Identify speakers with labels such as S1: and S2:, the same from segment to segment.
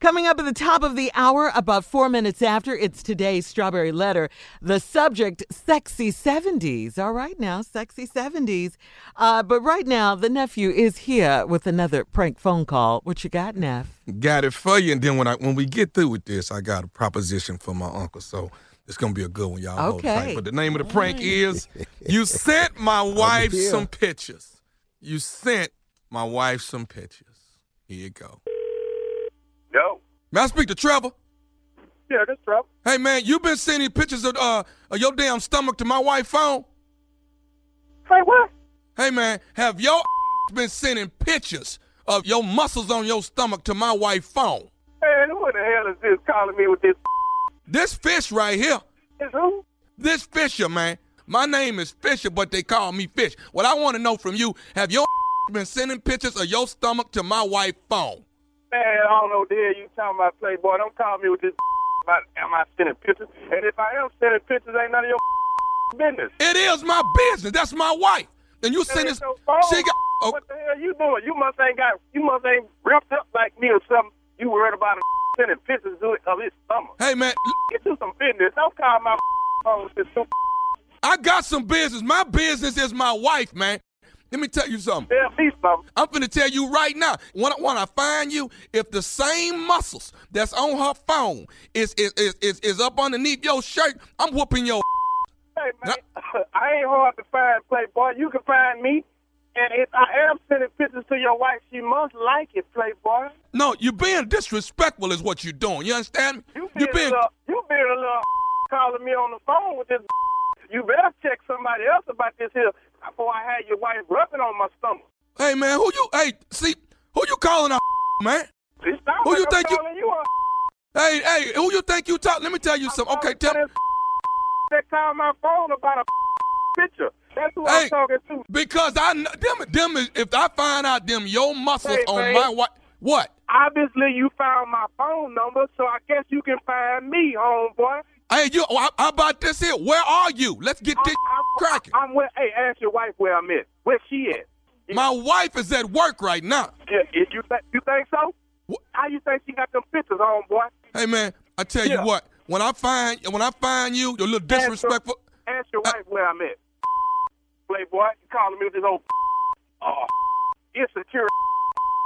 S1: Coming up at the top of the hour, about four minutes after, it's today's Strawberry Letter. The subject, sexy 70s. All right, now, sexy 70s. Uh, but right now, the nephew is here with another prank phone call. What you got, Neff?
S2: Got it for you. And then when I when we get through with this, I got a proposition for my uncle. So it's gonna be a good one, y'all. Hold
S1: Okay.
S2: tight. But the name of the prank is You sent my wife
S3: here.
S2: some pictures. You sent my wife some pictures. Here you go.
S4: No.
S2: May I speak to Trevor?
S4: Yeah, that's Trump.
S2: Hey man, you been sending pictures of uh of your damn stomach to my wife's phone?
S4: Hey, what?
S2: Hey man, have your been sending pictures of your muscles on your stomach to my wife's phone?
S4: Man, who the hell is this calling me with this?
S2: This fish right here,
S4: Is who?
S2: this Fisher, man. My name is Fisher, but they call me Fish. What I want to know from you, have your been sending pictures of your stomach to my wife's phone?
S4: Man, I don't know, dear. You talking about Playboy? Don't call me with this. About am I sending pictures? And if I am sending pictures, ain't none of your business.
S2: It is my business. That's my wife. And you send this.
S4: It's your phone.
S2: She got. Oh,
S4: What the hell you doing? You must ain't got. You must ain't ripped up like me or something. You worried about him sending pictures to it of his stomach.
S2: hey man,
S4: Get you some business. Don't call my phone with this stupid.
S2: I got some business. My business is my wife, man. Let me tell you something.
S4: Tell me something.
S2: I'm finna tell you right now. When I, when I find you, if the same muscles that's on her phone is is is, is, is up underneath your shirt, I'm whooping your.
S4: Hey, man, I ain't hard to find, Playboy. You can find me. And if I am sending pictures to your wife, she must like it, Playboy.
S2: No, you being disrespectful is what you're doing. You understand me?
S4: You been, a little, you been a little calling me on the phone with this. You better check somebody else about this here before I had your wife rubbing on my stomach.
S2: Hey man, who you? Hey, see who you calling a man?
S4: It sounds
S2: Who
S4: like
S2: you
S4: I'm
S2: think you-
S4: calling you a
S2: Hey, hey, who you think you talk? Let me tell you something. Okay, tell me.
S4: That called my phone about a picture. That's who
S2: Hey.
S4: I'm talking to.
S2: Because I kn- them them is- if I find out them your muscles
S4: Hey,
S2: on
S4: man.
S2: my wife, what?
S4: Obviously, you found my phone number, so I guess you can find me, homeboy.
S2: Hey, you. How how about this here? Where are you? Let's get this cracking.
S4: I'm where. Hey, ask your wife where I'm at. Where she at?
S2: My wife is at work right now.
S4: Yeah, if you th- you think so?
S2: What?
S4: How you think she got them pictures on, boy?
S2: Hey man, I tell
S4: Yeah.
S2: you what. When I find when I find you, you're a little
S4: Ask her-
S2: disrespectful. Uh,
S4: Ask your wife where I'm at. Playboy, you calling me with this old oh, insecure.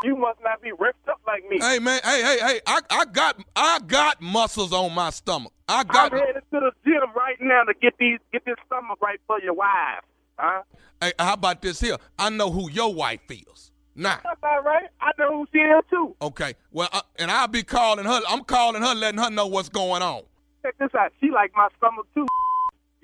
S4: You must not be ripped up like me.
S2: Hey man, hey hey hey, I, I got I got muscles on my stomach. I
S4: I'm
S2: got.
S4: headed to the gym right now to get these get this stomach right for your wife. Huh?
S2: Hey, how about this here? I know who your wife is. Nah.
S4: That's all right. I know who she is too.
S2: Okay. Well, I, and I'll be calling her. I'm calling her, letting her know what's going on.
S4: Check this out. She like my stomach too.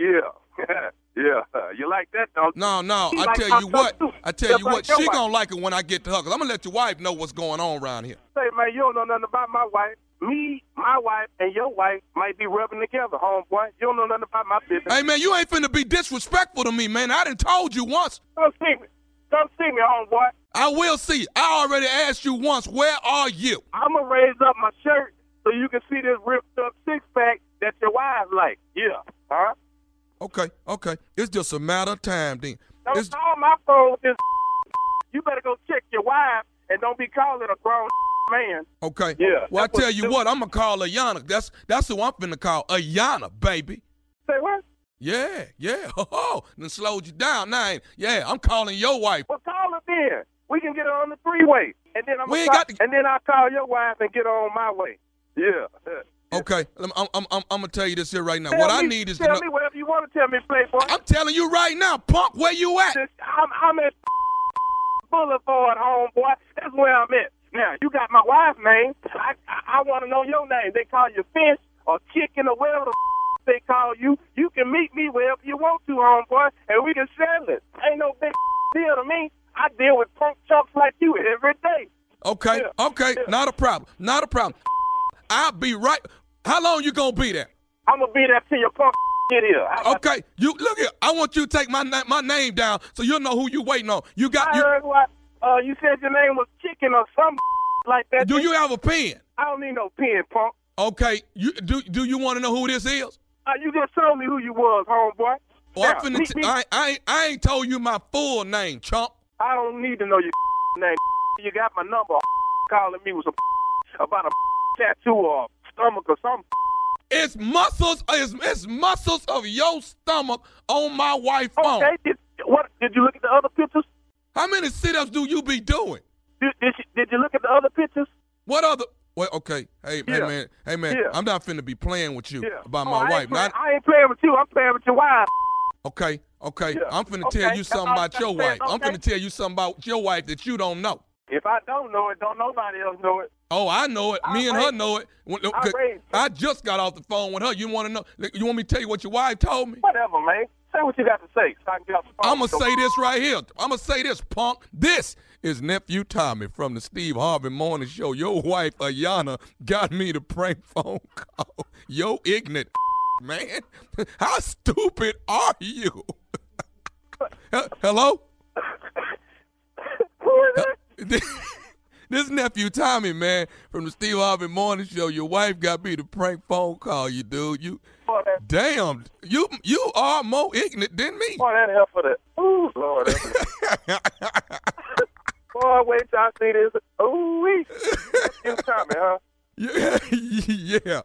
S4: Yeah, yeah. You like that, don't you?
S2: No, no.
S4: She
S2: I
S4: like
S2: tell
S4: my
S2: you what.
S4: stomach, too.
S2: I tell
S4: Just
S2: you
S4: like
S2: what.
S4: your
S2: She
S4: wife.
S2: gonna like it when I get to her, cause I'm gonna let your wife know what's going on around here.
S4: Say, man, you don't know nothing about my wife. Me, my wife, and your wife might be rubbing together, homeboy. You don't know nothing about my business.
S2: Hey man, you ain't finna be disrespectful to me, man. I done told you once.
S4: Come see me. Come see me, homeboy.
S2: I will see. I already asked you once. Where are you?
S4: I'm going to raise up my shirt so you can see this ripped up six pack that your wife like. Yeah. Huh?
S2: Okay. Okay. It's just a matter of time, then.
S4: Don't
S2: It's,
S4: call my phone with this. You better go check your wife and don't be calling a grown man.
S2: okay.
S4: Yeah,
S2: Well, I
S4: that was
S2: tell you
S4: stupid.
S2: what. I'm gonna call Ayana. That's that's who I'm finna call. Ayana, baby.
S4: Say, what?
S2: Yeah, yeah. Oh, then slowed you down. Now, I ain't- yeah, I'm calling your wife.
S4: Well, call her then. We can get her on the three way. And then I'm
S2: We
S4: gonna
S2: ain't
S4: call,
S2: got to-
S4: and then I'll call your wife and get her on my way. Yeah.
S2: Okay, I'm, I'm, I'm, I'm gonna tell you this here right now.
S4: Tell
S2: what I
S4: me-
S2: need is to
S4: tell
S2: know.
S4: me whatever you want to tell me, Playboy.
S2: I'm telling you right now, punk, where you at?
S4: Just- I'm, I'm at Boulevard, homeboy. That's where I'm at. Now you got my wife's name. I I, I want to know your name. They call you fish or chicken or whatever the they call you. You can meet me wherever you want to, homeboy, and we can settle it. Ain't no big deal to me. I deal with punk chunks like you every day.
S2: Okay,
S4: Yeah,
S2: okay,
S4: yeah.
S2: not a problem, not a problem. I'll be right. How long you gonna be there?
S4: I'm gonna be there till your punk get here. I,
S2: Okay, you look here. I want you to take my na- my name down so you'll know who you waiting on. You got
S4: I
S2: you.
S4: heard what uh, you said. Your name was chicken or something like that.
S2: Do you have a pen?
S4: I don't need no pen, punk.
S2: Okay, you do. Do you want to know who this is?
S4: Uh, you just told me who you was, homeboy.
S2: Oh, I'm
S4: Now,
S2: finna
S4: me-
S2: t-
S4: me-
S2: I, I ain't- I ain't told you my full name, chump.
S4: I don't need to know your name. You got my number. Calling me was a about a tattoo or stomach or something.
S2: It's muscles. It's, it's muscles of your stomach on my wife's phone.
S4: Okay, did, what, did you look at the other pictures?
S2: How many sit-ups do you be doing?
S4: Did, did, she, did you look at the other pictures?
S2: What other? Well, okay. Hey, hey
S4: Yeah.
S2: man. Hey man.
S4: Yeah.
S2: I'm not finna be playing with you
S4: Yeah.
S2: about
S4: Oh,
S2: my
S4: I
S2: wife.
S4: Ain't playing,
S2: Not-
S4: I ain't playing with you. I'm playing with your wife.
S2: okay. Okay.
S4: Yeah.
S2: I'm finna
S4: Okay,
S2: tell you
S4: that's
S2: something
S4: all
S2: about
S4: I'm
S2: your wife.
S4: saying,
S2: I'm
S4: okay?
S2: finna tell you something about your wife that you don't know.
S4: If I don't know it, don't nobody else know it.
S2: Oh, I know it. Me
S4: I
S2: and her
S4: raised-
S2: know it. When-
S4: I
S2: c-
S4: raised her.
S2: I just got off the phone with her. You want to know? You want me to tell you what your wife told me?
S4: Whatever, man. Say what you got to say Oh, so I can get off the phone.
S2: I'm gonna say this right here. I'm gonna say this, punk. This is nephew Tommy from the Steve Harvey Morning Show. Your wife Ayana got me the prank phone call. Yo, ignorant man. How stupid are you? He- Hello.
S4: Who is it?
S2: This nephew Tommy, man, from the Steve Harvey Morning Show. Your wife got me the prank phone call. You dude, you.
S4: Boy, that,
S2: Damn, you you are more ignorant than me.
S4: boy, that hell for that. Ooh, Lord. that- boy, wait till I see this. Ooh, wee. You Tommy, huh?
S2: yeah, yeah.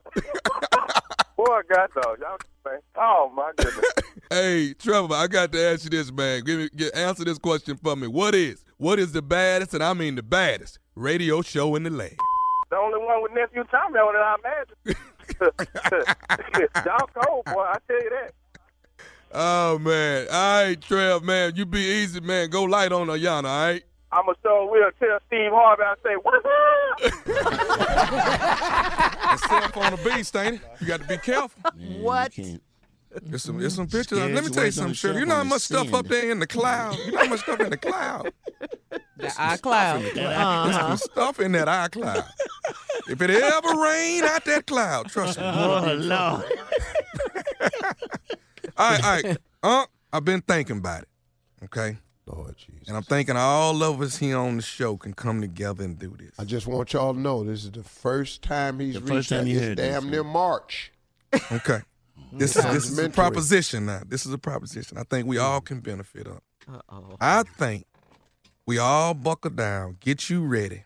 S4: Boy, God, dog. Y'all, man. Oh, my goodness.
S2: Hey, Trevor, I got to ask you this, man. Give me get, answer this question for me. What is what is the baddest, and I mean the baddest radio show in the land?
S4: The only one with nephew Tommy on it, I imagine. Y'all cold, boy. I tell you that.
S2: Oh man, all right, Trev, man, you be easy, man. Go light on Ayana, all right?
S4: I'm going to show will tell Steve Harvey, I say, what's up?
S2: It's cell phone a beast, ain't it? You got to be careful.
S3: Man, you
S1: What?
S3: can't-
S2: There's some, there's some pictures.
S3: Scared
S2: Let me
S3: you
S2: tell you
S3: ain't
S2: something,
S3: gonna
S2: Shirley.
S3: show
S2: You
S3: up
S2: know
S3: on
S2: how
S3: the
S2: much stuff
S3: scene.
S2: up there in the cloud. You know how much stuff in the cloud.
S1: The iCloud. Uh-huh.
S2: Some stuff in that eye cloud. If it ever rain out that cloud, trust me. All
S3: Oh, Lord.
S2: right, all right. Uh, I've been thinking about it. Okay.
S5: Lord Jesus.
S2: And I'm thinking all of us here on the show can come together and do this.
S5: I just want y'all to know this is the first time he's
S3: The
S5: reached
S3: first time
S5: out.
S3: you
S5: It's
S3: heard this,
S5: damn
S3: huh?
S5: near March.
S2: Okay.
S5: Mm-hmm.
S2: This is this is a
S5: Complimentary.
S2: proposition now. This is a proposition. I think we all can benefit of.
S1: Mm. Uh-oh.
S2: I think we all buckle down, get you ready,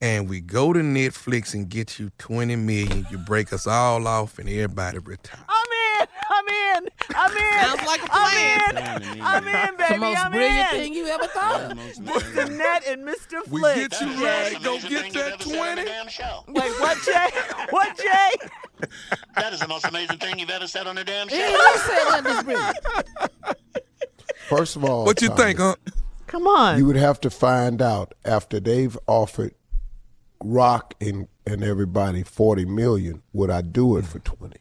S2: and we go to Netflix and get you 20 million. You break us all off and everybody retire.
S1: I'm in. I'm in. I'm in.
S6: Sounds like a
S1: I'm in.
S3: Sound to me,
S1: I'm
S3: man.
S1: in, baby.
S6: the most
S1: I'm
S6: brilliant
S1: in.
S6: thing you ever thought of.
S3: Most
S1: Mr.
S3: man.
S1: Net and Mr.
S2: We
S1: Flick.
S2: get you ready, go
S7: amazing
S2: get
S7: thing you've
S2: that
S7: ever said in the
S2: 20.
S7: damn show.
S1: Wait, what, Jay? What, Jay?
S7: That is the most amazing thing you've ever said on the damn
S6: You
S7: show.
S6: ain't said nothing this brilliant.
S5: First of all,
S2: What you
S5: Tommy,
S2: think, huh?
S1: Come on.
S5: You would have to find out after they've offered Rock and, and everybody 40 million, would I do it for 20?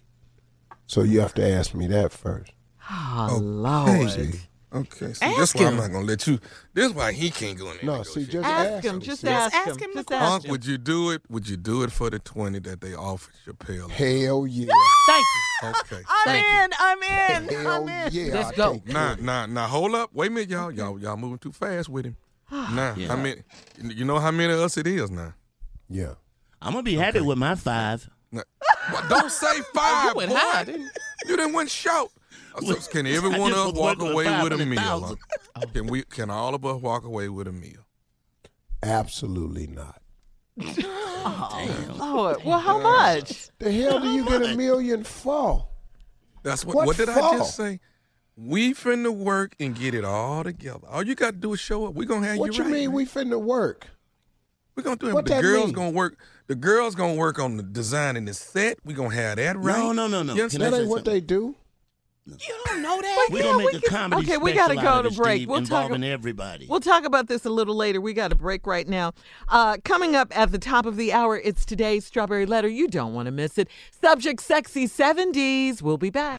S5: So you have to ask me that first.
S1: oh, Lord.
S2: Okay, so this why I'm not gonna let you. This why he can't go in there.
S5: No,
S2: and
S5: see,
S2: negotiate.
S5: just ask,
S1: Ask him. Just
S5: see?
S1: ask him.
S6: ask him the
S1: Just
S6: question.
S1: ask
S2: Punk,
S1: him.
S2: would you do it? Would you do it for the 20 that they offered Chappelle?
S5: Hell yeah.
S6: Thank
S2: Okay.
S1: I'm
S6: Thank you.
S1: in. I'm in.
S5: Hell
S1: I'm in.
S5: yeah.
S6: Let's
S5: I
S6: go.
S5: take
S2: Nah,
S5: 20.
S2: nah, nah. Hold up. Wait a minute, y'all. Y'all, y'all moving too fast with him. Nah,
S3: Yeah.
S2: I mean, you know how many of us it is now.
S5: Yeah.
S3: I'm gonna be happy with my five.
S2: Nah. Well, don't say
S6: you.
S2: five,
S6: You went
S2: boy.
S6: high, didn't you?
S2: You didn't win shout. So can
S3: I
S2: every one
S3: just
S2: of us
S3: was
S2: walk
S3: working with
S2: away with a
S3: 500,000.
S2: meal? Can we? Can all of us walk away with a meal?
S5: Absolutely not.
S1: Lord. Oh, Well, how much?
S5: The hell do you get a million for?
S2: That's what. What,
S5: What
S2: did I
S5: for?
S2: just say? We finna work and get it all together. All you got to do is show up. We gonna have
S5: What
S2: you
S5: you
S2: right.
S5: mean we finna work?
S2: We're gonna do it.
S5: What
S2: the
S5: that
S2: girls
S5: mean?
S2: gonna work. The girls gonna work on the design and the set. We gonna have that right.
S3: no, no, no.
S2: You understand?
S3: I
S5: That
S3: say
S5: ain't what
S3: something?
S5: they do.
S6: You don't know that.
S3: We're
S1: Yeah,
S3: gonna make
S1: we
S3: a
S1: can-
S3: comedy
S1: okay, we
S3: gotta
S1: gotta go to break. We'll talk ab-
S3: involving everybody.
S1: We'll talk about this a little later. We got a break right now. Uh, coming up at the top of the hour, it's today's Strawberry Letter. You don't want to miss it. Subject Sexy 70s. We'll be back.